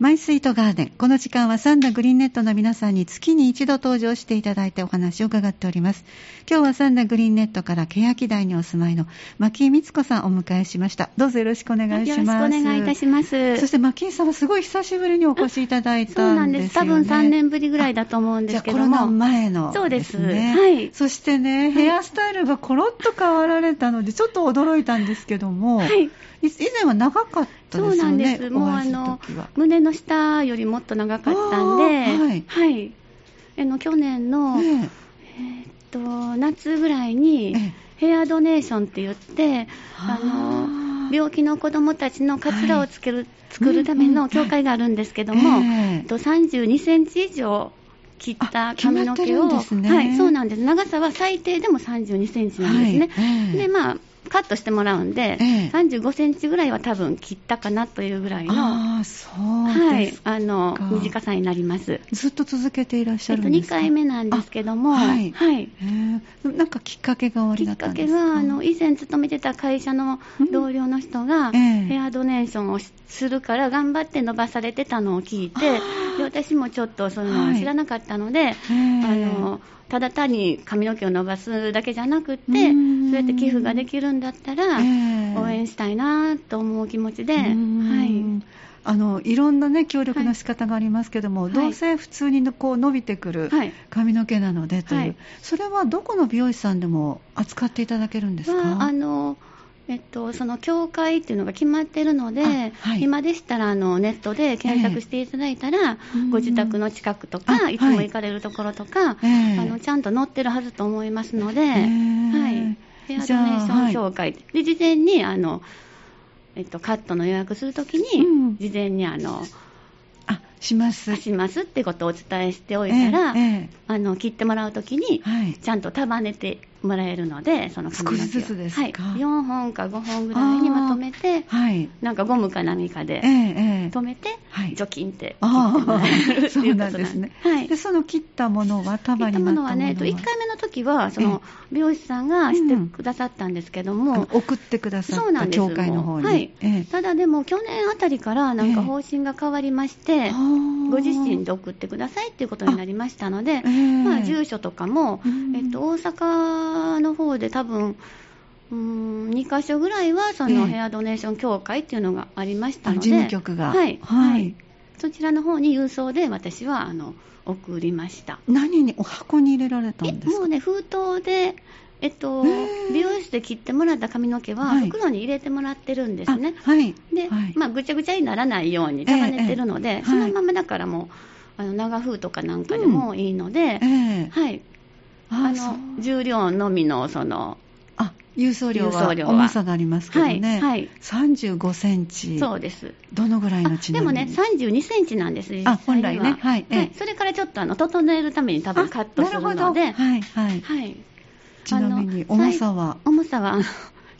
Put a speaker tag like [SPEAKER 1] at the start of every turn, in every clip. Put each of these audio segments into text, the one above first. [SPEAKER 1] マイスイートガーデン。この時間はサンダグリーンネットの皆さんに月に一度登場していただいてお話を伺っております。今日はサンダグリーンネットから欅台にお住まいの牧井光子さんをお迎えしました。どうぞよろしくお願いし
[SPEAKER 2] よ
[SPEAKER 1] ま
[SPEAKER 2] ろしくお
[SPEAKER 1] す。
[SPEAKER 2] 願いいたします。
[SPEAKER 1] そして牧井さんはすごい久しぶりにお越しいただい
[SPEAKER 2] そ
[SPEAKER 1] た
[SPEAKER 2] うなんん
[SPEAKER 1] で
[SPEAKER 2] ですす。
[SPEAKER 1] よ
[SPEAKER 2] 多
[SPEAKER 1] ね。
[SPEAKER 2] 分3年ぶりぐらいだと思う
[SPEAKER 1] じ
[SPEAKER 2] んで
[SPEAKER 1] ゃあ
[SPEAKER 2] すけ
[SPEAKER 1] コ
[SPEAKER 2] ど
[SPEAKER 1] ロナ
[SPEAKER 2] も。
[SPEAKER 1] 前の、
[SPEAKER 2] そうです
[SPEAKER 1] ね
[SPEAKER 2] はい
[SPEAKER 1] そしてね、ヘアスタイルがコロッと変わられたので、ちょっと驚いたんですけども、
[SPEAKER 2] はい
[SPEAKER 1] い以前は長かった
[SPEAKER 2] そ
[SPEAKER 1] で
[SPEAKER 2] う
[SPEAKER 1] す
[SPEAKER 2] な
[SPEAKER 1] よ
[SPEAKER 2] ん
[SPEAKER 1] ね
[SPEAKER 2] で、す。
[SPEAKER 1] お
[SPEAKER 2] もうあ
[SPEAKER 1] 会いする
[SPEAKER 2] の
[SPEAKER 1] 時は、
[SPEAKER 2] 胸の下よりもっと長かったんで、
[SPEAKER 1] あーはい
[SPEAKER 2] はい。あの、去年の、え
[SPEAKER 1] ね
[SPEAKER 2] ーっと、夏ぐらい
[SPEAKER 1] え
[SPEAKER 2] に
[SPEAKER 1] え、え
[SPEAKER 2] ヘアドネーションって言って、あ
[SPEAKER 1] あ
[SPEAKER 2] の、
[SPEAKER 1] ー
[SPEAKER 2] 病気の子供たちのカツラをつける、作るため
[SPEAKER 1] うんうんは
[SPEAKER 2] の
[SPEAKER 1] い
[SPEAKER 2] 教会があるんですけども、えっ
[SPEAKER 1] え
[SPEAKER 2] と32センチ以上切っ
[SPEAKER 1] あ
[SPEAKER 2] た髪の毛を、
[SPEAKER 1] 決まってるんですね
[SPEAKER 2] はい、そうなんです。長さは最低でも32センチなんですね。
[SPEAKER 1] はいええ
[SPEAKER 2] で、まあ、カットしてもらうんで、
[SPEAKER 1] ええ
[SPEAKER 2] 35センチぐらいは多分切ったかなというぐらいの、
[SPEAKER 1] ああ、そう
[SPEAKER 2] は
[SPEAKER 1] で
[SPEAKER 2] い
[SPEAKER 1] す、か、
[SPEAKER 2] あの、短さになります。
[SPEAKER 1] ずっと続けていらっし
[SPEAKER 2] え
[SPEAKER 1] ゃ
[SPEAKER 2] っ
[SPEAKER 1] る
[SPEAKER 2] と、
[SPEAKER 1] んで
[SPEAKER 2] 2
[SPEAKER 1] すか、
[SPEAKER 2] 回目なんですけども、
[SPEAKER 1] あはい
[SPEAKER 2] はい。
[SPEAKER 1] ええなんかきっかけが終わ
[SPEAKER 2] き
[SPEAKER 1] りだ
[SPEAKER 2] っ
[SPEAKER 1] った
[SPEAKER 2] か
[SPEAKER 1] ん
[SPEAKER 2] け
[SPEAKER 1] ですか
[SPEAKER 2] があの以前勤めてた会社の同僚の人が、
[SPEAKER 1] うんええ
[SPEAKER 2] ヘアドネーションをしするから頑張って伸ばされてたのを聞いて
[SPEAKER 1] あー
[SPEAKER 2] で私もちょっとそういうの
[SPEAKER 1] は
[SPEAKER 2] を
[SPEAKER 1] い
[SPEAKER 2] 知らなかったので、
[SPEAKER 1] ええ
[SPEAKER 2] あのただ単に髪の毛を伸ばすだけじゃなくてそう
[SPEAKER 1] うん
[SPEAKER 2] やって寄付ができるんだったら、
[SPEAKER 1] ええ
[SPEAKER 2] 応援したいなと思う気持ちで、
[SPEAKER 1] うーん
[SPEAKER 2] はい、
[SPEAKER 1] あのいろんな、ね、協力の仕方がありますけども、
[SPEAKER 2] はい
[SPEAKER 1] どうせ普通にのこう伸びてくる
[SPEAKER 2] はい
[SPEAKER 1] 髪の毛なのでという、
[SPEAKER 2] はい
[SPEAKER 1] それはどこの美容師さんでも扱っていただけるんですか、
[SPEAKER 2] はあのえっと、その協会っていうのが決まってるので、
[SPEAKER 1] あはい
[SPEAKER 2] 今でしたらあのネットで検索していただいたら、
[SPEAKER 1] うん
[SPEAKER 2] ご自宅の近くと
[SPEAKER 1] あ
[SPEAKER 2] か、
[SPEAKER 1] はい
[SPEAKER 2] いつも行かれるところとか、
[SPEAKER 1] ええ
[SPEAKER 2] あのちゃんと載ってるはずと思いますので、
[SPEAKER 1] ええ
[SPEAKER 2] はい、ヘア
[SPEAKER 1] じ
[SPEAKER 2] ド
[SPEAKER 1] ゃあ
[SPEAKER 2] ネーション協会、で事前にあの、えっと、カットの予約するときに、
[SPEAKER 1] うん
[SPEAKER 2] 事前にあの
[SPEAKER 1] あします。
[SPEAKER 2] 出しますってことをお伝えしておいたら、
[SPEAKER 1] えええ
[SPEAKER 2] あの切ってもらうときに
[SPEAKER 1] え、はい
[SPEAKER 2] ちゃんと束ねてもらえるので、その髪の毛を
[SPEAKER 1] 少しずつですか
[SPEAKER 2] はい、4本か5本ぐらいにまとめて、
[SPEAKER 1] はい
[SPEAKER 2] なんかゴムか何か
[SPEAKER 1] え
[SPEAKER 2] で
[SPEAKER 1] えええ
[SPEAKER 2] 止めて、
[SPEAKER 1] はい
[SPEAKER 2] 除菌って切っても
[SPEAKER 1] あ
[SPEAKER 2] ら
[SPEAKER 1] あ
[SPEAKER 2] えるって
[SPEAKER 1] そ
[SPEAKER 2] いうう
[SPEAKER 1] な
[SPEAKER 2] ことなんん
[SPEAKER 1] ですね、
[SPEAKER 2] はい
[SPEAKER 1] で。その切ったものは
[SPEAKER 2] 切
[SPEAKER 1] 束
[SPEAKER 2] っ
[SPEAKER 1] に
[SPEAKER 2] た
[SPEAKER 1] な
[SPEAKER 2] も
[SPEAKER 1] った
[SPEAKER 2] の
[SPEAKER 1] もの
[SPEAKER 2] はね、えっと1回目の時はその美容師さんがしてくださったんですけど
[SPEAKER 1] あ
[SPEAKER 2] も、
[SPEAKER 1] の送ってくださ
[SPEAKER 2] そう
[SPEAKER 1] っ
[SPEAKER 2] な
[SPEAKER 1] た
[SPEAKER 2] んです
[SPEAKER 1] 教会の方に、
[SPEAKER 2] はい
[SPEAKER 1] ええ
[SPEAKER 2] ただでも去年あたりからなんか方針が変わりまして、
[SPEAKER 1] あー
[SPEAKER 2] ご自身で送ってくださいっていうことになりましたので、
[SPEAKER 1] ええ
[SPEAKER 2] まあ、住所とかも、
[SPEAKER 1] うん
[SPEAKER 2] えっと、大阪の方で多分うーん2か所ぐらいはその
[SPEAKER 1] ええ
[SPEAKER 2] ヘアドネーション協会っていうのがありました
[SPEAKER 1] あ
[SPEAKER 2] の
[SPEAKER 1] 事
[SPEAKER 2] で、
[SPEAKER 1] 務局が
[SPEAKER 2] はい
[SPEAKER 1] は
[SPEAKER 2] はいい、そちらの方に郵送で私はあの送りました
[SPEAKER 1] 何にお箱に入れられた
[SPEAKER 2] え
[SPEAKER 1] んです
[SPEAKER 2] も
[SPEAKER 1] か
[SPEAKER 2] うね封筒で、えっと
[SPEAKER 1] ええ
[SPEAKER 2] 美容室で切ってもらった髪の毛は
[SPEAKER 1] はい
[SPEAKER 2] 袋に入れてもらってるんですね、
[SPEAKER 1] あはい
[SPEAKER 2] で、
[SPEAKER 1] はい
[SPEAKER 2] まあ、ぐちゃぐちゃにならないように束ねてるので、
[SPEAKER 1] ええ
[SPEAKER 2] そのままだからもう、あの長風とかなんかでもいいので、
[SPEAKER 1] ええ
[SPEAKER 2] はい、
[SPEAKER 1] あ
[SPEAKER 2] あ
[SPEAKER 1] そう
[SPEAKER 2] の重量のみのその、
[SPEAKER 1] あ郵送料
[SPEAKER 2] 郵
[SPEAKER 1] は
[SPEAKER 2] 送料は
[SPEAKER 1] 重さがありますけど
[SPEAKER 2] はい、
[SPEAKER 1] ね、
[SPEAKER 2] はい、
[SPEAKER 1] 35センチ
[SPEAKER 2] そうです。
[SPEAKER 1] どのぐらいの
[SPEAKER 2] あ
[SPEAKER 1] ちな
[SPEAKER 2] で
[SPEAKER 1] み
[SPEAKER 2] も
[SPEAKER 1] に
[SPEAKER 2] ね、32センチなんです、実際に
[SPEAKER 1] あ
[SPEAKER 2] は
[SPEAKER 1] 本来ねはいええ
[SPEAKER 2] それからちょっとあの整えるために多分カットする
[SPEAKER 1] あ
[SPEAKER 2] の
[SPEAKER 1] な
[SPEAKER 2] で、
[SPEAKER 1] るほどはいはい
[SPEAKER 2] はい、
[SPEAKER 1] ちなみに重さは
[SPEAKER 2] 重さはあの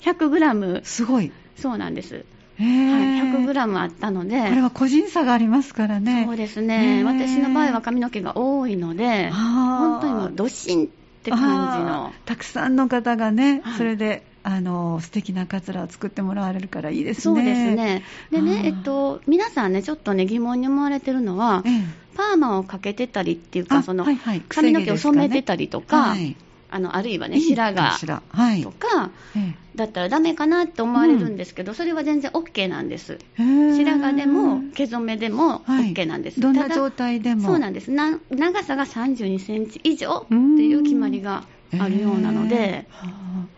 [SPEAKER 2] 100グラム、
[SPEAKER 1] すごい、
[SPEAKER 2] そうなんです、
[SPEAKER 1] え
[SPEAKER 2] はい、
[SPEAKER 1] え
[SPEAKER 2] 100グラムあったので、
[SPEAKER 1] これは個人差がありますからね
[SPEAKER 2] そうです
[SPEAKER 1] へ
[SPEAKER 2] ね、
[SPEAKER 1] ー
[SPEAKER 2] 私の場合は髪の毛が多いので、
[SPEAKER 1] あー
[SPEAKER 2] 本当にもうドシンって感じ
[SPEAKER 1] あ
[SPEAKER 2] の
[SPEAKER 1] ー。たくさんの方がね、
[SPEAKER 2] はい
[SPEAKER 1] それであの素敵なカツラを作ってもらわれるからいいです
[SPEAKER 2] そ
[SPEAKER 1] ね
[SPEAKER 2] うですね。で
[SPEAKER 1] あ
[SPEAKER 2] ね、
[SPEAKER 1] ー
[SPEAKER 2] えっと、皆さんね、ちょっとね、疑問に思われてるのは
[SPEAKER 1] え、え
[SPEAKER 2] パーマをかけてたりっていうか、その、
[SPEAKER 1] はいはい
[SPEAKER 2] 髪の毛を染めてたりとか、
[SPEAKER 1] はい
[SPEAKER 2] あの、あるいはね、白髪
[SPEAKER 1] 白はい
[SPEAKER 2] とか、
[SPEAKER 1] え
[SPEAKER 2] だったらダメかなって思われるんですけど、それは全然 OK なんです。
[SPEAKER 1] えへえ
[SPEAKER 2] 白髪でも、毛染めでも
[SPEAKER 1] はい
[SPEAKER 2] OK なんです。
[SPEAKER 1] どんな
[SPEAKER 2] ただ
[SPEAKER 1] 状態でも
[SPEAKER 2] そうなんんですな長さが32センチ以上っていう決まりがあるようなので、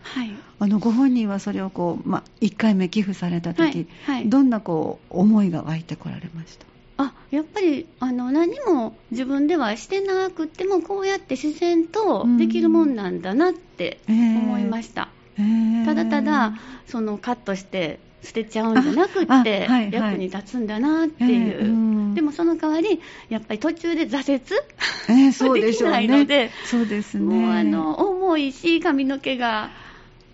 [SPEAKER 2] はい、
[SPEAKER 1] あのご本人はそれをこう、ま、1回目寄付された時、
[SPEAKER 2] はいはい
[SPEAKER 1] どんなこう思いが湧いてこられました
[SPEAKER 2] あやっぱりあの何も自分ではしてなくてもこうやって自然とできるもんなんだなって思いました、ただただそのカットして捨てちゃうんじゃなく
[SPEAKER 1] ああは
[SPEAKER 2] っ
[SPEAKER 1] い
[SPEAKER 2] て
[SPEAKER 1] はい
[SPEAKER 2] 役に立つんだなってい
[SPEAKER 1] ええうん
[SPEAKER 2] うでもその代わりやっぱり途中で挫折
[SPEAKER 1] ええそうでしょうね
[SPEAKER 2] できないので
[SPEAKER 1] そうですね
[SPEAKER 2] もうあの重いし髪の毛が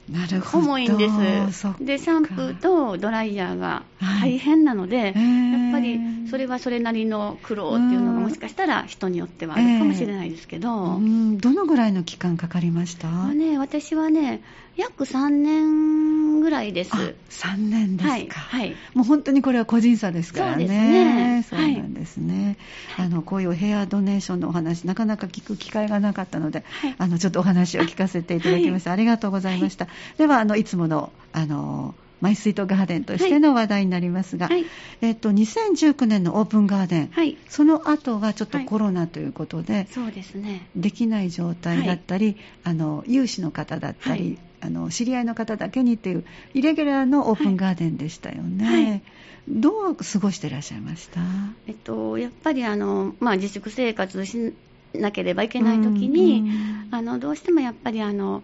[SPEAKER 1] なるほど
[SPEAKER 2] 重いんです
[SPEAKER 1] そっか
[SPEAKER 2] でシャンプーとドライヤーが
[SPEAKER 1] はい
[SPEAKER 2] 大変なの
[SPEAKER 1] え
[SPEAKER 2] で、
[SPEAKER 1] え
[SPEAKER 2] やっぱりそれはそれなりの苦労っていうのがもしかしたら人によってはあるかもしれないですけど、
[SPEAKER 1] うんどのぐらいの期間かかりました
[SPEAKER 2] まあね、私はね約3年ぐらいです。
[SPEAKER 1] あ3年ですか、
[SPEAKER 2] はい、はい
[SPEAKER 1] もう本当にこれは個人差ですからね。
[SPEAKER 2] そうですね
[SPEAKER 1] そうなんですね、あのこういうヘアドネーションのお話なかなか聞く機会がなかったので、あのちょっとお話を聞かせていただきましたあ,、りがとうございました、ではあのいつものあのマイスイートガーデンとしての話題になりますが、
[SPEAKER 2] はい
[SPEAKER 1] えっと、2019年のオープンガーデン、
[SPEAKER 2] はい
[SPEAKER 1] その後はちょっとコロナということで、
[SPEAKER 2] そうですね
[SPEAKER 1] できない状態だったり、あの有志の方だったり、あの知り合いの方だけにっていうイレギュラーのオープンガーデンでしたよね、
[SPEAKER 2] はいはい
[SPEAKER 1] どう過ごしてらっしゃいました
[SPEAKER 2] えっとやっぱりあの、まあ、自粛生活しなければいけない時に、
[SPEAKER 1] うん
[SPEAKER 2] あのどうしてもやっぱりあの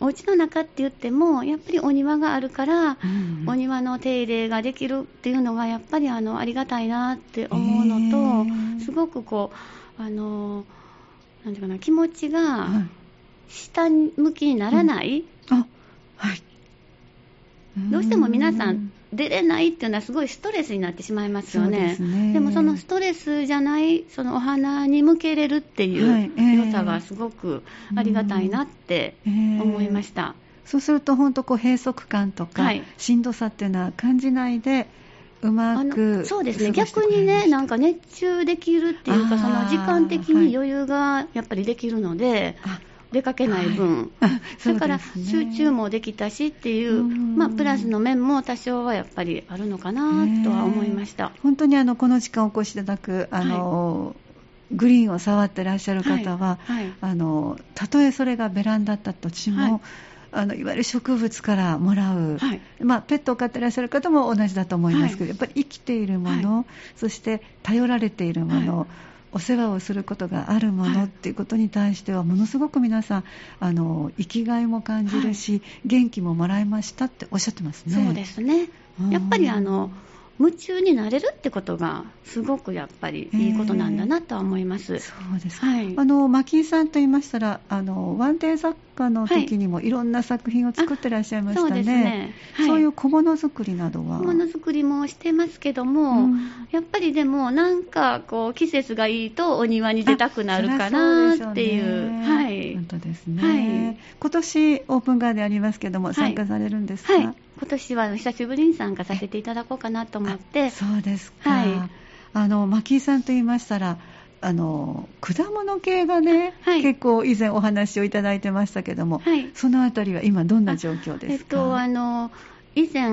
[SPEAKER 2] お家の中って言ってもやっぱりお庭があるから、
[SPEAKER 1] うん
[SPEAKER 2] お庭の手入れができるっていうのはやっぱりあのありがたいなって思うのと、
[SPEAKER 1] へー
[SPEAKER 2] すごくこうあのなんていうかな気持ちが
[SPEAKER 1] はい
[SPEAKER 2] 下向きにならない、
[SPEAKER 1] あはい
[SPEAKER 2] どうしても皆さん出れないっていうのはすごいストレスになってしまいますよ
[SPEAKER 1] そうで
[SPEAKER 2] ね。
[SPEAKER 1] すね
[SPEAKER 2] もそのストレスじゃないそのお花に向けれるっていう、
[SPEAKER 1] はいええ
[SPEAKER 2] 良さはすごくありがたいなって思いま
[SPEAKER 1] た
[SPEAKER 2] した。
[SPEAKER 1] そうすると本当こう閉塞感とか、
[SPEAKER 2] はい
[SPEAKER 1] しんどさっていうのは感じないでうま
[SPEAKER 2] あ
[SPEAKER 1] く
[SPEAKER 2] のそうですね
[SPEAKER 1] 過ごしてこ
[SPEAKER 2] 逆
[SPEAKER 1] られ
[SPEAKER 2] に
[SPEAKER 1] ま
[SPEAKER 2] ね
[SPEAKER 1] した
[SPEAKER 2] なんか熱中できるっていう
[SPEAKER 1] あ
[SPEAKER 2] か
[SPEAKER 1] ー
[SPEAKER 2] その時間的に余裕がやっぱりできるので、
[SPEAKER 1] あ
[SPEAKER 2] 出かけない分、
[SPEAKER 1] あ そう
[SPEAKER 2] だから
[SPEAKER 1] ですね
[SPEAKER 2] 集中もできたしっていうう、
[SPEAKER 1] ん
[SPEAKER 2] まあ、プラスの面も多少はやっぱりあるのかなとは思いました。
[SPEAKER 1] 本当にあのこの時間お越しいただくあの、グリーンを触ってらっしゃる方は、
[SPEAKER 2] はいはい
[SPEAKER 1] あのたとえそれがベランダだったとしても、
[SPEAKER 2] はい
[SPEAKER 1] い、あのいわゆる植物からもらう、
[SPEAKER 2] はい
[SPEAKER 1] まあ、ペットを飼ってらっしゃる方も同じだと思いますけど、やっぱり生きているもの、そして頼られているもの、
[SPEAKER 2] はい
[SPEAKER 1] お世話をすることがあるもの
[SPEAKER 2] はい
[SPEAKER 1] っていうことに対してはものすごく皆さんあの生きがいも感じるし、元気ももらいましたっておっしゃってますね。
[SPEAKER 2] そうですね
[SPEAKER 1] うん
[SPEAKER 2] やっぱりあの夢中になれるってことがすごくやっぱりいいことなんだなとは思います。
[SPEAKER 1] そうですか
[SPEAKER 2] はい
[SPEAKER 1] あのマキンさんと言いましたらあのワンデー作家の時にもいろんな作品を作ってらっしゃいましたね。
[SPEAKER 2] そうですね。はい、
[SPEAKER 1] そういう小物作りなどは。
[SPEAKER 2] 小物作りもしてますけども、やっぱりでもなんかこう季節がいいとお庭に出たくなるかなって
[SPEAKER 1] あそりゃ
[SPEAKER 2] いう
[SPEAKER 1] そうでし
[SPEAKER 2] は
[SPEAKER 1] ょね
[SPEAKER 2] い、
[SPEAKER 1] 本当ですね。
[SPEAKER 2] はい
[SPEAKER 1] 今年オープンガーデンありますけども
[SPEAKER 2] はい
[SPEAKER 1] 参加されるんですか。
[SPEAKER 2] はい、今年は久しぶりに参加させていただこうかなと思って
[SPEAKER 1] あそうですか。
[SPEAKER 2] はい
[SPEAKER 1] あのマキンさんと言いましたら。あの果物系がね、
[SPEAKER 2] はい
[SPEAKER 1] 結構以前お話をいただいてましたけども、
[SPEAKER 2] はい
[SPEAKER 1] そのあたりは今どんな状況
[SPEAKER 2] え
[SPEAKER 1] で
[SPEAKER 2] っ
[SPEAKER 1] すか
[SPEAKER 2] とあの以前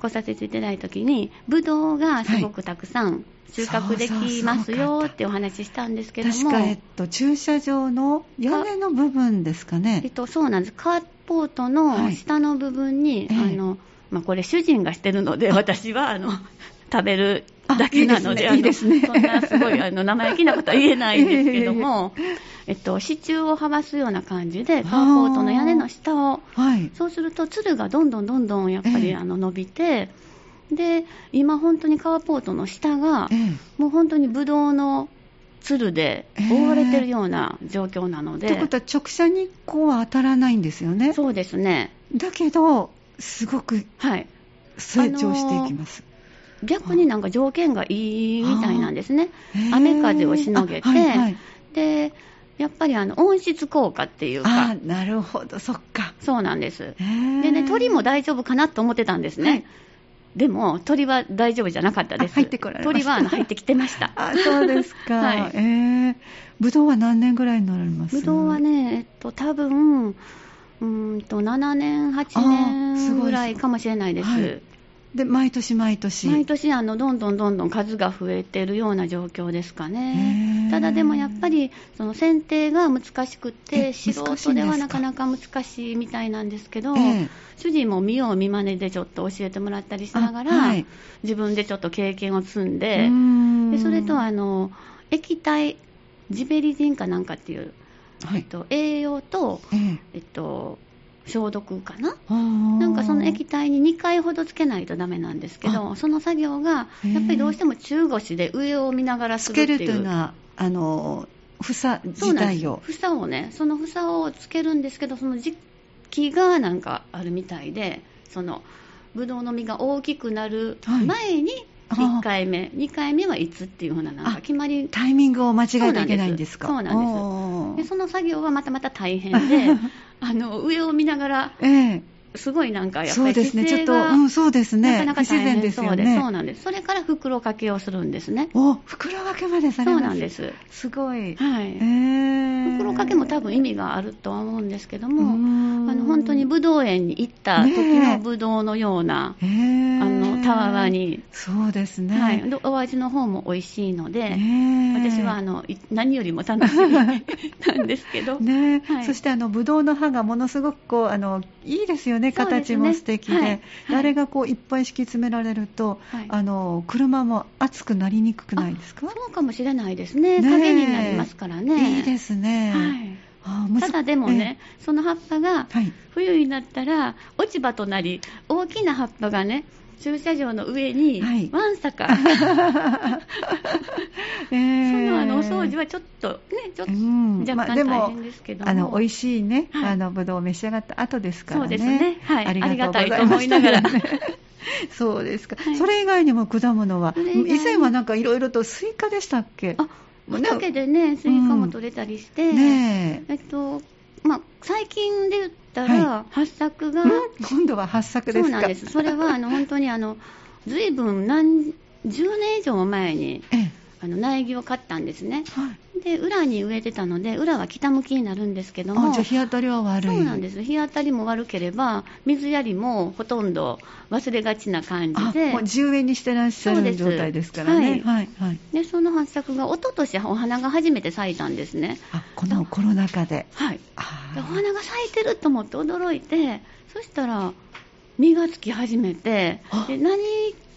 [SPEAKER 2] 来させていただいた時にブドウがすごくたくさん収穫できますよってお話ししたんですけども
[SPEAKER 1] 確か、えっと、駐車場の屋根の部分ですか
[SPEAKER 2] えっ
[SPEAKER 1] ね。
[SPEAKER 2] と、そうなんです、カーポートの下の部分
[SPEAKER 1] はい
[SPEAKER 2] に、
[SPEAKER 1] ええ
[SPEAKER 2] あのまあ、これ、主人がしてるので、私はあの食べる
[SPEAKER 1] あ
[SPEAKER 2] だけなので、あの
[SPEAKER 1] いいですねいいですね
[SPEAKER 2] そんなすごいあの生意気なことは言えないんですけ ども、えっと、支柱をはわすような感じで、カーポートの屋根の下を、
[SPEAKER 1] はい。
[SPEAKER 2] そうすると、つるがどんどんどんどんやっぱ
[SPEAKER 1] え
[SPEAKER 2] り
[SPEAKER 1] え
[SPEAKER 2] あの伸びて、で今、本当にカーポートの下が
[SPEAKER 1] え、え
[SPEAKER 2] もう本当にブドウのつるで覆われてるような状況なの
[SPEAKER 1] という
[SPEAKER 2] で
[SPEAKER 1] こ。とは直射日光は当たらないんですよね。
[SPEAKER 2] そうですね
[SPEAKER 1] だけど、すごく
[SPEAKER 2] はい、
[SPEAKER 1] 成長していきます。
[SPEAKER 2] 逆になんか条件がいいみたいなんですね。
[SPEAKER 1] へえ
[SPEAKER 2] 雨風をしのげて
[SPEAKER 1] あはいはい、
[SPEAKER 2] で、やっぱりあの温室効果っていう
[SPEAKER 1] あ
[SPEAKER 2] か、
[SPEAKER 1] ーなるほど、そっか。
[SPEAKER 2] そうなんです。
[SPEAKER 1] で
[SPEAKER 2] でね、鳥も大丈夫かなと思ってたんですね。
[SPEAKER 1] はい
[SPEAKER 2] でも、鳥は大丈夫じゃなかったです。
[SPEAKER 1] あ入ってこられました
[SPEAKER 2] 鳥はあの入ってきてました。
[SPEAKER 1] あそうですか。
[SPEAKER 2] はい
[SPEAKER 1] ええぶどうは何年ぐらいになられます
[SPEAKER 2] ぶどうは、ね、えっと、多分うーんと7年、
[SPEAKER 1] あーす
[SPEAKER 2] 8
[SPEAKER 1] ご
[SPEAKER 2] 年
[SPEAKER 1] い
[SPEAKER 2] ぐらいかもしれないです。
[SPEAKER 1] はいで毎年毎年。
[SPEAKER 2] 毎年あのどんどんどんどん数が増えてるような状況ですか
[SPEAKER 1] へ
[SPEAKER 2] ね
[SPEAKER 1] ー
[SPEAKER 2] ただでもやっぱりその選定が難しく
[SPEAKER 1] え
[SPEAKER 2] て素
[SPEAKER 1] 難しい
[SPEAKER 2] 人
[SPEAKER 1] んで
[SPEAKER 2] で
[SPEAKER 1] か
[SPEAKER 2] すはなかなか難しいみたいなんですけど、
[SPEAKER 1] ええ
[SPEAKER 2] 主人も見よう見まねでちょっと教えてもらったりしながら、
[SPEAKER 1] あはい
[SPEAKER 2] 自分でちょっと経験を積ん
[SPEAKER 1] う
[SPEAKER 2] で
[SPEAKER 1] ーん
[SPEAKER 2] でそれとあの液体ジベリジンかなんかっていう、
[SPEAKER 1] は
[SPEAKER 2] えっ
[SPEAKER 1] い。
[SPEAKER 2] と、栄養と、
[SPEAKER 1] ええ
[SPEAKER 2] えっと、消毒かな
[SPEAKER 1] な
[SPEAKER 2] なんかその液体に2回ほどつけないとダメなんですけど、その作業が
[SPEAKER 1] へー
[SPEAKER 2] やっぱりどうしても中腰で上を見ながらす
[SPEAKER 1] つ
[SPEAKER 2] る
[SPEAKER 1] け
[SPEAKER 2] ってい
[SPEAKER 1] る
[SPEAKER 2] う。
[SPEAKER 1] というのは、あの、房
[SPEAKER 2] そう
[SPEAKER 1] 自
[SPEAKER 2] なんで
[SPEAKER 1] 体
[SPEAKER 2] す
[SPEAKER 1] を。。
[SPEAKER 2] 房をね、その房をつけるんですけど、その時期がなんかあるみたいで、そのブドウの実が大きくなる前に
[SPEAKER 1] あー
[SPEAKER 2] 1回目、2回目はいつっていうふうななん
[SPEAKER 1] あ
[SPEAKER 2] か決まり
[SPEAKER 1] タイミングを間違えていけないんですか
[SPEAKER 2] そうなんですそうなん
[SPEAKER 1] おー、
[SPEAKER 2] で、その作業はまたまた大変で あの上を見ながら
[SPEAKER 1] ええ
[SPEAKER 2] すごいなんかやっ
[SPEAKER 1] そ
[SPEAKER 2] ぱ
[SPEAKER 1] う
[SPEAKER 2] り
[SPEAKER 1] ですね、
[SPEAKER 2] 姿
[SPEAKER 1] ちょっ
[SPEAKER 2] 勢
[SPEAKER 1] と、
[SPEAKER 2] が
[SPEAKER 1] うん、そうです
[SPEAKER 2] な
[SPEAKER 1] ね。
[SPEAKER 2] かなか
[SPEAKER 1] 不自
[SPEAKER 2] 大
[SPEAKER 1] 然で
[SPEAKER 2] 変
[SPEAKER 1] す
[SPEAKER 2] そ
[SPEAKER 1] よ
[SPEAKER 2] うでそう
[SPEAKER 1] ね。
[SPEAKER 2] なんです。それから袋掛けをするんですね。
[SPEAKER 1] お、袋掛けまでさ
[SPEAKER 2] そ
[SPEAKER 1] れ
[SPEAKER 2] う
[SPEAKER 1] る
[SPEAKER 2] なん
[SPEAKER 1] す。
[SPEAKER 2] です。
[SPEAKER 1] すごい。
[SPEAKER 2] は
[SPEAKER 1] え
[SPEAKER 2] い。
[SPEAKER 1] ー
[SPEAKER 2] 袋掛けも多分意味があるとは思うんですけど
[SPEAKER 1] う
[SPEAKER 2] も、あ
[SPEAKER 1] ん
[SPEAKER 2] の本当にブドウ園に行った時
[SPEAKER 1] ねえ
[SPEAKER 2] のブドウのような、
[SPEAKER 1] えー
[SPEAKER 2] あのタワーに、
[SPEAKER 1] そうですね。
[SPEAKER 2] はい、でお味の方も美味しいので、
[SPEAKER 1] ねえ
[SPEAKER 2] 私はあのい何よりも楽し みなんですけど、
[SPEAKER 1] ね
[SPEAKER 2] はい
[SPEAKER 1] そしてあのブドウの葉がものすごくこうあのいいですよね
[SPEAKER 2] そうですね
[SPEAKER 1] 形も素敵で,、
[SPEAKER 2] はいはい
[SPEAKER 1] あれがこういっぱい敷き詰められると、
[SPEAKER 2] はい
[SPEAKER 1] あの車も熱くなりにくくないですか
[SPEAKER 2] そうかもしれないですね
[SPEAKER 1] ねえ
[SPEAKER 2] 影になりますからね
[SPEAKER 1] いいですね、
[SPEAKER 2] は
[SPEAKER 1] あ
[SPEAKER 2] い、
[SPEAKER 1] むす
[SPEAKER 2] ただでもね、その葉っぱが
[SPEAKER 1] ええはい、
[SPEAKER 2] 冬になったら落ち葉となり大きな葉っぱがね駐車場の上
[SPEAKER 1] はい
[SPEAKER 2] にわ んさか、そ
[SPEAKER 1] ええ
[SPEAKER 2] のあのお掃除はちょっとねちょっと
[SPEAKER 1] うん
[SPEAKER 2] 若
[SPEAKER 1] まあ
[SPEAKER 2] 干
[SPEAKER 1] で
[SPEAKER 2] 大
[SPEAKER 1] も
[SPEAKER 2] 変ですけども、
[SPEAKER 1] あの美味しいね、
[SPEAKER 2] はい
[SPEAKER 1] あのブドウを召し上がった後ですから
[SPEAKER 2] そ
[SPEAKER 1] ね
[SPEAKER 2] うですね、はい、ありがたいと
[SPEAKER 1] ござ
[SPEAKER 2] 思いながら、
[SPEAKER 1] ました よねそうですか、
[SPEAKER 2] はい
[SPEAKER 1] それ以外にも果物は
[SPEAKER 2] それ以外
[SPEAKER 1] 以前はなんかいろいろとスイカでしたっけ
[SPEAKER 2] あ畑でねスイカも取れたりして、
[SPEAKER 1] ねえ
[SPEAKER 2] えっとまあ、最近で言ったら、発作が、
[SPEAKER 1] うん今度は発作で
[SPEAKER 2] そう
[SPEAKER 1] すか
[SPEAKER 2] なんです、それはあの本当にあのずいぶん何十年以上も前に
[SPEAKER 1] ええ
[SPEAKER 2] あの苗木を買ったんですね、
[SPEAKER 1] はい
[SPEAKER 2] で裏に植えてたので、裏は北向きになるんですけど
[SPEAKER 1] あ
[SPEAKER 2] も、
[SPEAKER 1] じゃあ日当たりは悪い
[SPEAKER 2] そうなんですす日当たりも悪ければ、水やりもほとんど忘れがちな感
[SPEAKER 1] あ
[SPEAKER 2] じで
[SPEAKER 1] もう。10円にしてらっしゃ
[SPEAKER 2] そう
[SPEAKER 1] る
[SPEAKER 2] です
[SPEAKER 1] 状態ですからねはいはい
[SPEAKER 2] でその発作が一昨年お花が初めて咲いたんですね。
[SPEAKER 1] あこのコロナ禍で
[SPEAKER 2] はい、
[SPEAKER 1] あ
[SPEAKER 2] でお
[SPEAKER 1] ー
[SPEAKER 2] 花が咲いてると思って驚いてそしたら実がつき始めて
[SPEAKER 1] あ
[SPEAKER 2] で何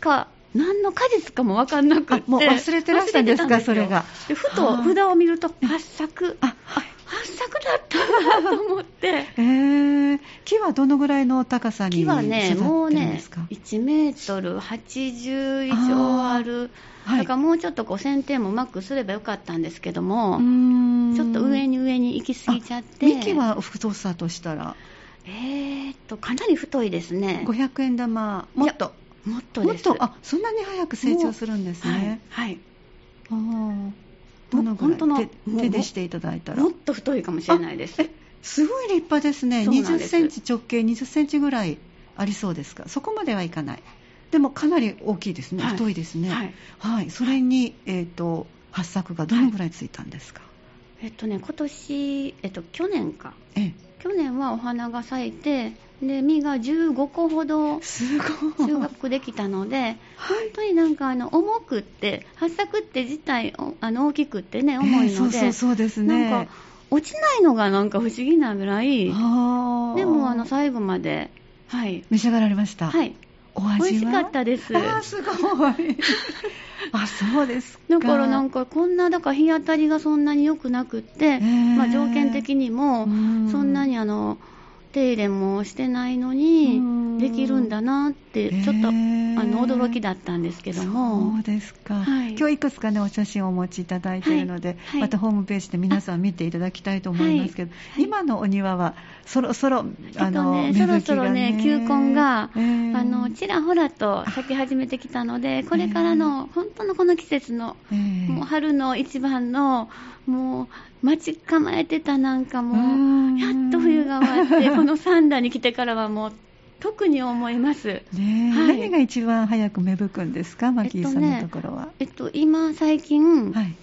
[SPEAKER 2] か何の果実かも分かんなくっ
[SPEAKER 1] あ
[SPEAKER 2] て
[SPEAKER 1] もう忘れてらしたんですか
[SPEAKER 2] 忘
[SPEAKER 1] そ
[SPEAKER 2] てた
[SPEAKER 1] れ
[SPEAKER 2] ん
[SPEAKER 1] が
[SPEAKER 2] ですよでふ
[SPEAKER 1] あ
[SPEAKER 2] と
[SPEAKER 1] ー
[SPEAKER 2] 札を見ると発作
[SPEAKER 1] あはい
[SPEAKER 2] 発作だったんだと思って
[SPEAKER 1] えー、木はどのぐらいの高さに
[SPEAKER 2] 木
[SPEAKER 1] 育っ
[SPEAKER 2] はね
[SPEAKER 1] て
[SPEAKER 2] もう
[SPEAKER 1] るんで
[SPEAKER 2] ね
[SPEAKER 1] すか、
[SPEAKER 2] 1メートル80以上ある
[SPEAKER 1] はい
[SPEAKER 2] だからもうちょっとこう剪定もうまくすればよかったんですけども、ち
[SPEAKER 1] ち
[SPEAKER 2] ょっと上
[SPEAKER 1] に
[SPEAKER 2] に上に行き過ぎちゃって
[SPEAKER 1] 幹は太さとしたら
[SPEAKER 2] えーっとかなり太いですね
[SPEAKER 1] 500円玉もっと
[SPEAKER 2] もっと
[SPEAKER 1] も
[SPEAKER 2] で
[SPEAKER 1] っ
[SPEAKER 2] す。
[SPEAKER 1] とあそんなに早く成長するんですね
[SPEAKER 2] はい。
[SPEAKER 1] あーどのぐ
[SPEAKER 2] 本当
[SPEAKER 1] ら
[SPEAKER 2] の
[SPEAKER 1] い手
[SPEAKER 2] もう
[SPEAKER 1] 手でしていただいた
[SPEAKER 2] はい。
[SPEAKER 1] ら
[SPEAKER 2] もっと太いかもしれないです。
[SPEAKER 1] えすごい立派ですね
[SPEAKER 2] そうなん
[SPEAKER 1] 20
[SPEAKER 2] です
[SPEAKER 1] センチ直径20センチぐらいありそうですかそこまではいかないでもかなり大きいですね
[SPEAKER 2] はい
[SPEAKER 1] 太いですね
[SPEAKER 2] は
[SPEAKER 1] はい、
[SPEAKER 2] い。
[SPEAKER 1] それに、えー、と発作がどのぐらいついたんですか、
[SPEAKER 2] えっとね、今年、えっと、去年か。
[SPEAKER 1] え
[SPEAKER 2] 去年はお花が咲いて、で、実が15個ほど
[SPEAKER 1] え、すごい
[SPEAKER 2] 収穫できたので、
[SPEAKER 1] はい
[SPEAKER 2] 本当になんかあの、重くって、発作って自体、おあの、大きくってね、重
[SPEAKER 1] え
[SPEAKER 2] い
[SPEAKER 1] えそ
[SPEAKER 2] の
[SPEAKER 1] う
[SPEAKER 2] で、
[SPEAKER 1] そうそうですね
[SPEAKER 2] なんか、落ちないのがなんか不思議なぐらい、
[SPEAKER 1] あー
[SPEAKER 2] でもあの、最後まで、はい。
[SPEAKER 1] 召し上がられました、
[SPEAKER 2] はい。
[SPEAKER 1] お
[SPEAKER 2] 美
[SPEAKER 1] 味は
[SPEAKER 2] 味しかったです。
[SPEAKER 1] あーすご いあそうですか
[SPEAKER 2] だからなんかこんなだから日当たりがそんなに良くなくって、
[SPEAKER 1] ー
[SPEAKER 2] まあ、条件的にも
[SPEAKER 1] うん
[SPEAKER 2] そんなにあの手入れもしてないの
[SPEAKER 1] うん
[SPEAKER 2] にできるんだなってちょっと
[SPEAKER 1] へ
[SPEAKER 2] あ
[SPEAKER 1] ー
[SPEAKER 2] の驚きだったんですけど
[SPEAKER 1] そ
[SPEAKER 2] も
[SPEAKER 1] うですか、
[SPEAKER 2] はい
[SPEAKER 1] 今日いくつかねお写真をお持ちいただいているので、
[SPEAKER 2] はいはい
[SPEAKER 1] またホームページで皆さん見ていただきたいと思いますけど、
[SPEAKER 2] い
[SPEAKER 1] 今のお庭はそろそろ
[SPEAKER 2] えっとねそろそろね球根が、
[SPEAKER 1] えー
[SPEAKER 2] あのちらほらと咲き始めてきたのでこれからの本当のこの季節の
[SPEAKER 1] えー
[SPEAKER 2] もう春の一番のもう待ち構えてたなんか
[SPEAKER 1] う
[SPEAKER 2] も
[SPEAKER 1] ん
[SPEAKER 2] うやっと冬が終 わってこの三段に来てからはもう特に思います。
[SPEAKER 1] ねえ
[SPEAKER 2] はい
[SPEAKER 1] 何が一番早く芽吹くんですかマキーさんのところは、
[SPEAKER 2] えっと、今最近、
[SPEAKER 1] はい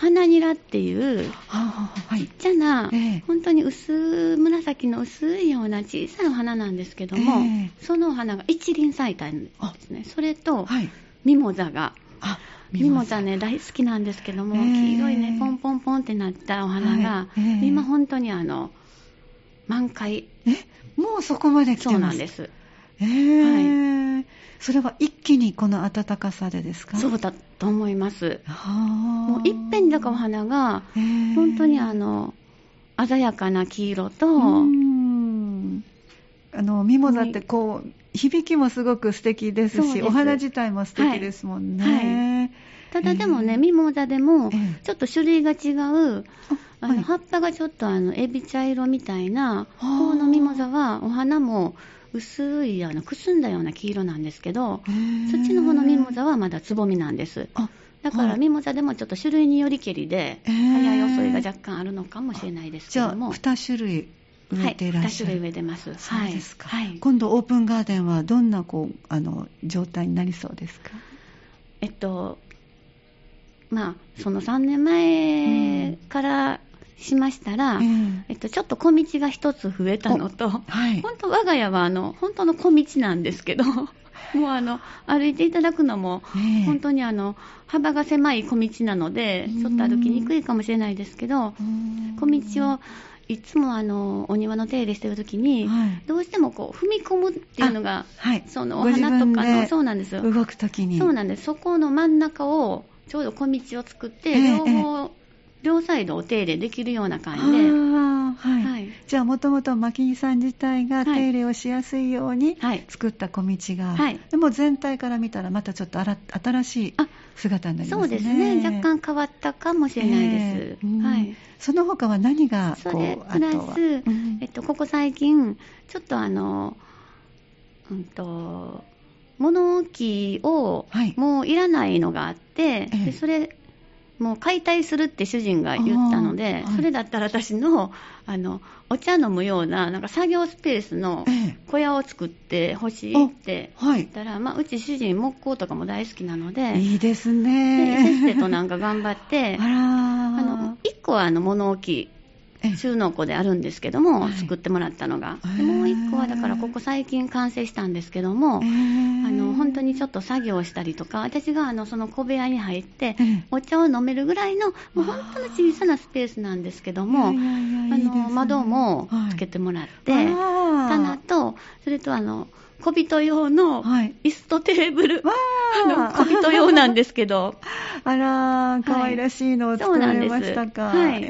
[SPEAKER 2] 花ニラってい
[SPEAKER 1] は
[SPEAKER 2] う
[SPEAKER 1] あ、は
[SPEAKER 2] ち
[SPEAKER 1] い
[SPEAKER 2] っちゃな、
[SPEAKER 1] ええ
[SPEAKER 2] 本当に薄紫の薄いような小さいお花なんですけども、
[SPEAKER 1] え
[SPEAKER 2] そのお花が一輪咲いたんですねそれと、
[SPEAKER 1] はい
[SPEAKER 2] ミモザが
[SPEAKER 1] あ
[SPEAKER 2] ミモザね大好きなんですけども、
[SPEAKER 1] ええ
[SPEAKER 2] 黄色いねポンポンポンってなったお花が、
[SPEAKER 1] はいええ
[SPEAKER 2] 今本当にあの満開
[SPEAKER 1] えもうそこまで来てます
[SPEAKER 2] そうなんです
[SPEAKER 1] えーそれは一気にこの暖かさでですか
[SPEAKER 2] そうだと思いますも
[SPEAKER 1] も
[SPEAKER 2] ういっぺんにだからお花が本当にあの鮮やかな黄色と、
[SPEAKER 1] うんあのミモザってこう響きもすごく素敵です
[SPEAKER 2] そう
[SPEAKER 1] し
[SPEAKER 2] です
[SPEAKER 1] お花自体も素敵ですもんね、
[SPEAKER 2] ただでもね、
[SPEAKER 1] ええ
[SPEAKER 2] ミモザでも
[SPEAKER 1] ええ
[SPEAKER 2] ちょっと種類が違うあ
[SPEAKER 1] はい
[SPEAKER 2] の葉っぱがちょっとあのエビ茶色みたいな
[SPEAKER 1] あー
[SPEAKER 2] 方のミモザはお花も薄いあのくすんだような黄色なんですけど
[SPEAKER 1] えー
[SPEAKER 2] そっちの方のミモザはまだつぼみなんです
[SPEAKER 1] あ
[SPEAKER 2] だか
[SPEAKER 1] は
[SPEAKER 2] ら
[SPEAKER 1] い
[SPEAKER 2] ミモザでもちょっと種類によりけりで
[SPEAKER 1] えー
[SPEAKER 2] 早い遅いが若干あるのかもしれないですけ
[SPEAKER 1] じゃあ
[SPEAKER 2] ども
[SPEAKER 1] 2種類植えていらっしゃる、
[SPEAKER 2] はい、2種類植えてます
[SPEAKER 1] そうですか、
[SPEAKER 2] はい、
[SPEAKER 1] 今度オープンガーデンはどんなこうあの状態になりそうですか
[SPEAKER 2] えっとまあその3年前からしましたら、うん、えっと、ちょっと小道が1つ増えたのと、はい、本当我が家はあの本当の小道なんですけどもうあの歩いていただくのも、えー、本当にあの幅が狭い小道なので、ちょっと歩きにくいかもしれないですけど、小道をいつもあのお庭の手入れしてるときに、はい、どうしてもこう踏み込むっていうのが、はい、そのお花とかの、そうなんですよ。
[SPEAKER 1] 動くときに。
[SPEAKER 2] そうなんです。そこの真ん中を、ちょうど小道を作って、えー、両方、えー、両サイドお手入れできるような感じで。
[SPEAKER 1] はい、はい、じゃあもともと牧木さん自体が手入れをしやすいように作った小道が、はい、でも全体から見たらまたちょっと新しい姿になりますね
[SPEAKER 2] そうですね若干変わったかもしれないです、えーうん、はい、
[SPEAKER 1] その他は何が
[SPEAKER 2] こうそれプラス、うん、えっと、ここ最近ちょっとあのうんと物置をもういらないのがあって、はい、でそれもう解体するって主人が言ったので、はい、それだったら私のあのお茶飲むようななんか作業スペースの小屋を作ってほしいって言ったら、ええはい、まあ、うち主人木工とかも大好きなので
[SPEAKER 1] いいですね
[SPEAKER 2] せっせとなんか頑張ってあの1個はあの物置収納庫であるんですけども、作ってもらったのが、はい、もう1個はだからここ最近完成したんですけども、あの本当にちょっと作業したりとか私があのその小部屋に入って、お茶を飲めるぐらいのもう本当の小さなスペースなんですけどもあの窓もつけてもらって、はい、棚とそれとあの小人用の椅子とテーブル、はい、小人用なんですけど
[SPEAKER 1] あら可愛らしいのを作られましたか、はい、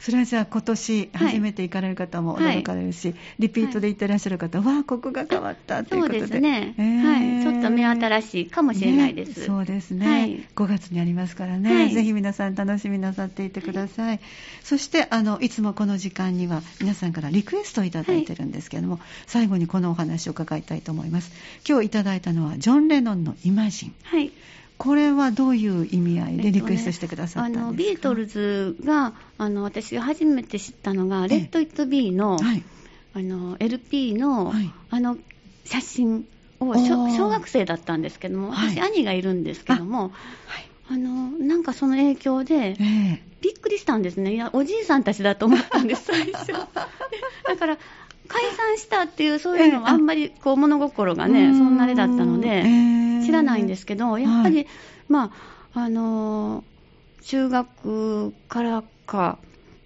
[SPEAKER 1] それはじゃあ今年初めて行かれる方も驚かれるし、はい、リピートで行ってらっしゃる方は、はい、ここが変わったということで
[SPEAKER 2] そうですね、えー、はい、ちょっと目新しいかもしれないです、
[SPEAKER 1] ね、そうですね、はい、5月にありますからね、はい、ぜひ皆さん楽しみなさっていてください、そしてあのいつもこの時間には皆さんからリクエストをいただいてるんですけれども、最後にこのお話を伺いたいと思います今日いただいたのはジョン・レノンの「イマジン」
[SPEAKER 2] はい
[SPEAKER 1] これはどういう意味合いでリクエストしてくださったんですか、えっとね、あの
[SPEAKER 2] ビートルズがあの私が初めて知ったのが「レッド・イット・ビーの」はい、あの LP の,はい、あの写真を小学生だったんですけども私、はい、兄がいるんですけどもあ、あのなんかその影響で、えー、びっくりしたんですねいやおじいさんたちだと思っ たんです最初。だから解散したっていうそういうのはあんまりこう物心がね、えー、そんなあれだったので知らないんですけどやっぱり、はい、まああのー、中学からか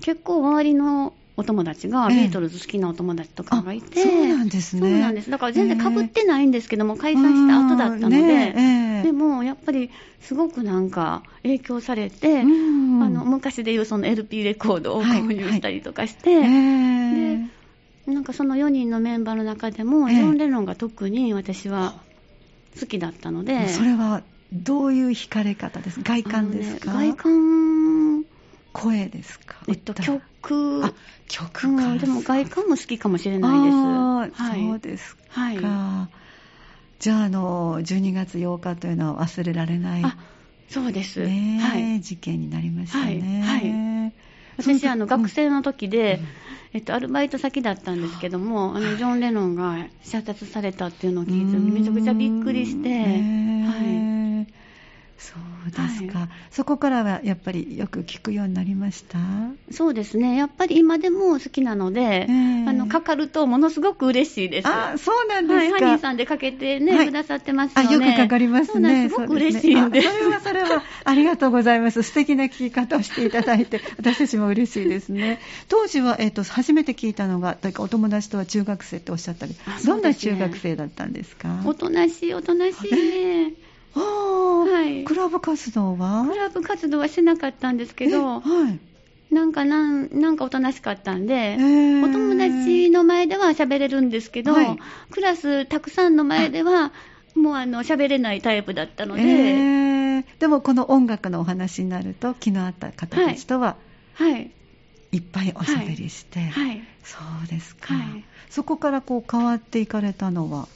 [SPEAKER 2] 結構周りのお友達がビートルズ好きなお友達とかがいて、えー、
[SPEAKER 1] そうなんですね
[SPEAKER 2] そうなんですだから全然かぶってないんですけども、えー、解散した後だったので、ねえー、でもやっぱりすごくなんか影響されてあの昔でいうその LP レコードを購入したりとかして。はいはいでなんかその4人のメンバーの中でも、ジョン・レノンが特に私は好きだったので、ええ、
[SPEAKER 1] それはどういう惹かれ方ですか外観ですか、
[SPEAKER 2] ね、外観
[SPEAKER 1] 声ですか、
[SPEAKER 2] えっと、曲、
[SPEAKER 1] あ曲か、うん、
[SPEAKER 2] でも外観も好きかもしれないです、はい
[SPEAKER 1] そうですか、はい、じゃああの12月8日というのは忘れられない
[SPEAKER 2] そうです、
[SPEAKER 1] ねはい、事件になりましたね、、
[SPEAKER 2] はい、はい私あの学生の時で、えっと、アルバイト先だったんですけどもあのジョン・レノンが射殺されたっていうのを聞いてめちゃくちゃびっくりして、はい
[SPEAKER 1] そうですか、はい、そこからはやっぱりよく聞くようになりました
[SPEAKER 2] そうですねやっぱり今でも好きなので、えー、あのかかるとものすごく嬉しいです
[SPEAKER 1] あそうなんです
[SPEAKER 2] か、はい、ハニーさんでかけてね、はい、くださってますよね
[SPEAKER 1] あよくかかりますね
[SPEAKER 2] すごく嬉しいんです
[SPEAKER 1] それはそれはありがとうございます素敵な聞き方をしていただ いて私たちも嬉しいですね当時は、えーと、と初めて聞いたのがというかお友達とは中学生っておっしゃったり、ね、どんな中学生だったんですか
[SPEAKER 2] おとなしいおとなしいね
[SPEAKER 1] はい、クラブ活動は
[SPEAKER 2] クラブ活動はしてなかったんですけど、はい、なんかなんなんかおとなしかったんで、お友達の前では喋れるんですけど、はい、クラスたくさんの前ではもうあの喋れないタイプだったので、
[SPEAKER 1] でもこの音楽のお話になると気の合った方たちとは、
[SPEAKER 2] はい、はい
[SPEAKER 1] いっぱいおしゃべりして、
[SPEAKER 2] はい、
[SPEAKER 1] そうですか、そこからこう変わっていかれたのは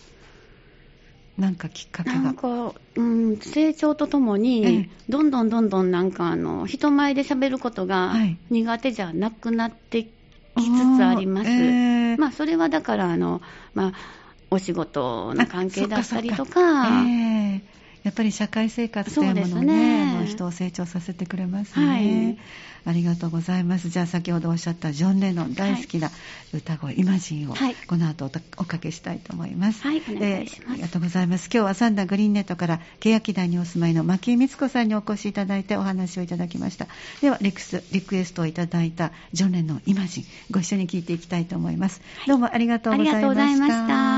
[SPEAKER 1] なんかきっかけが
[SPEAKER 2] なんか、うん、成長とともに、どんどんどんどんなんかあの人前で喋ることが苦手じゃなくなってきつつあります。まあ、それはだからあの、まあ、お仕事の関係だったりとか。
[SPEAKER 1] やっぱり社会生活というものね、ねの人を成長させてくれますね、はい、ありがとうございます。じゃあ先ほどおっしゃったジョン・レノン大好きな歌声、はい、イマジンをこの後おかけしたいと思います。
[SPEAKER 2] はい、お願いします、えー。あ
[SPEAKER 1] りがとうございます。今日はサンダグリーンネットから欅台にお住まいの牧井光子さんにお越しいただいてお話をいただきました。ではリクスリクエストをいただいたジョン・レノンイマジンご一緒に聴いていきたいと思います。どうもありがとうございました。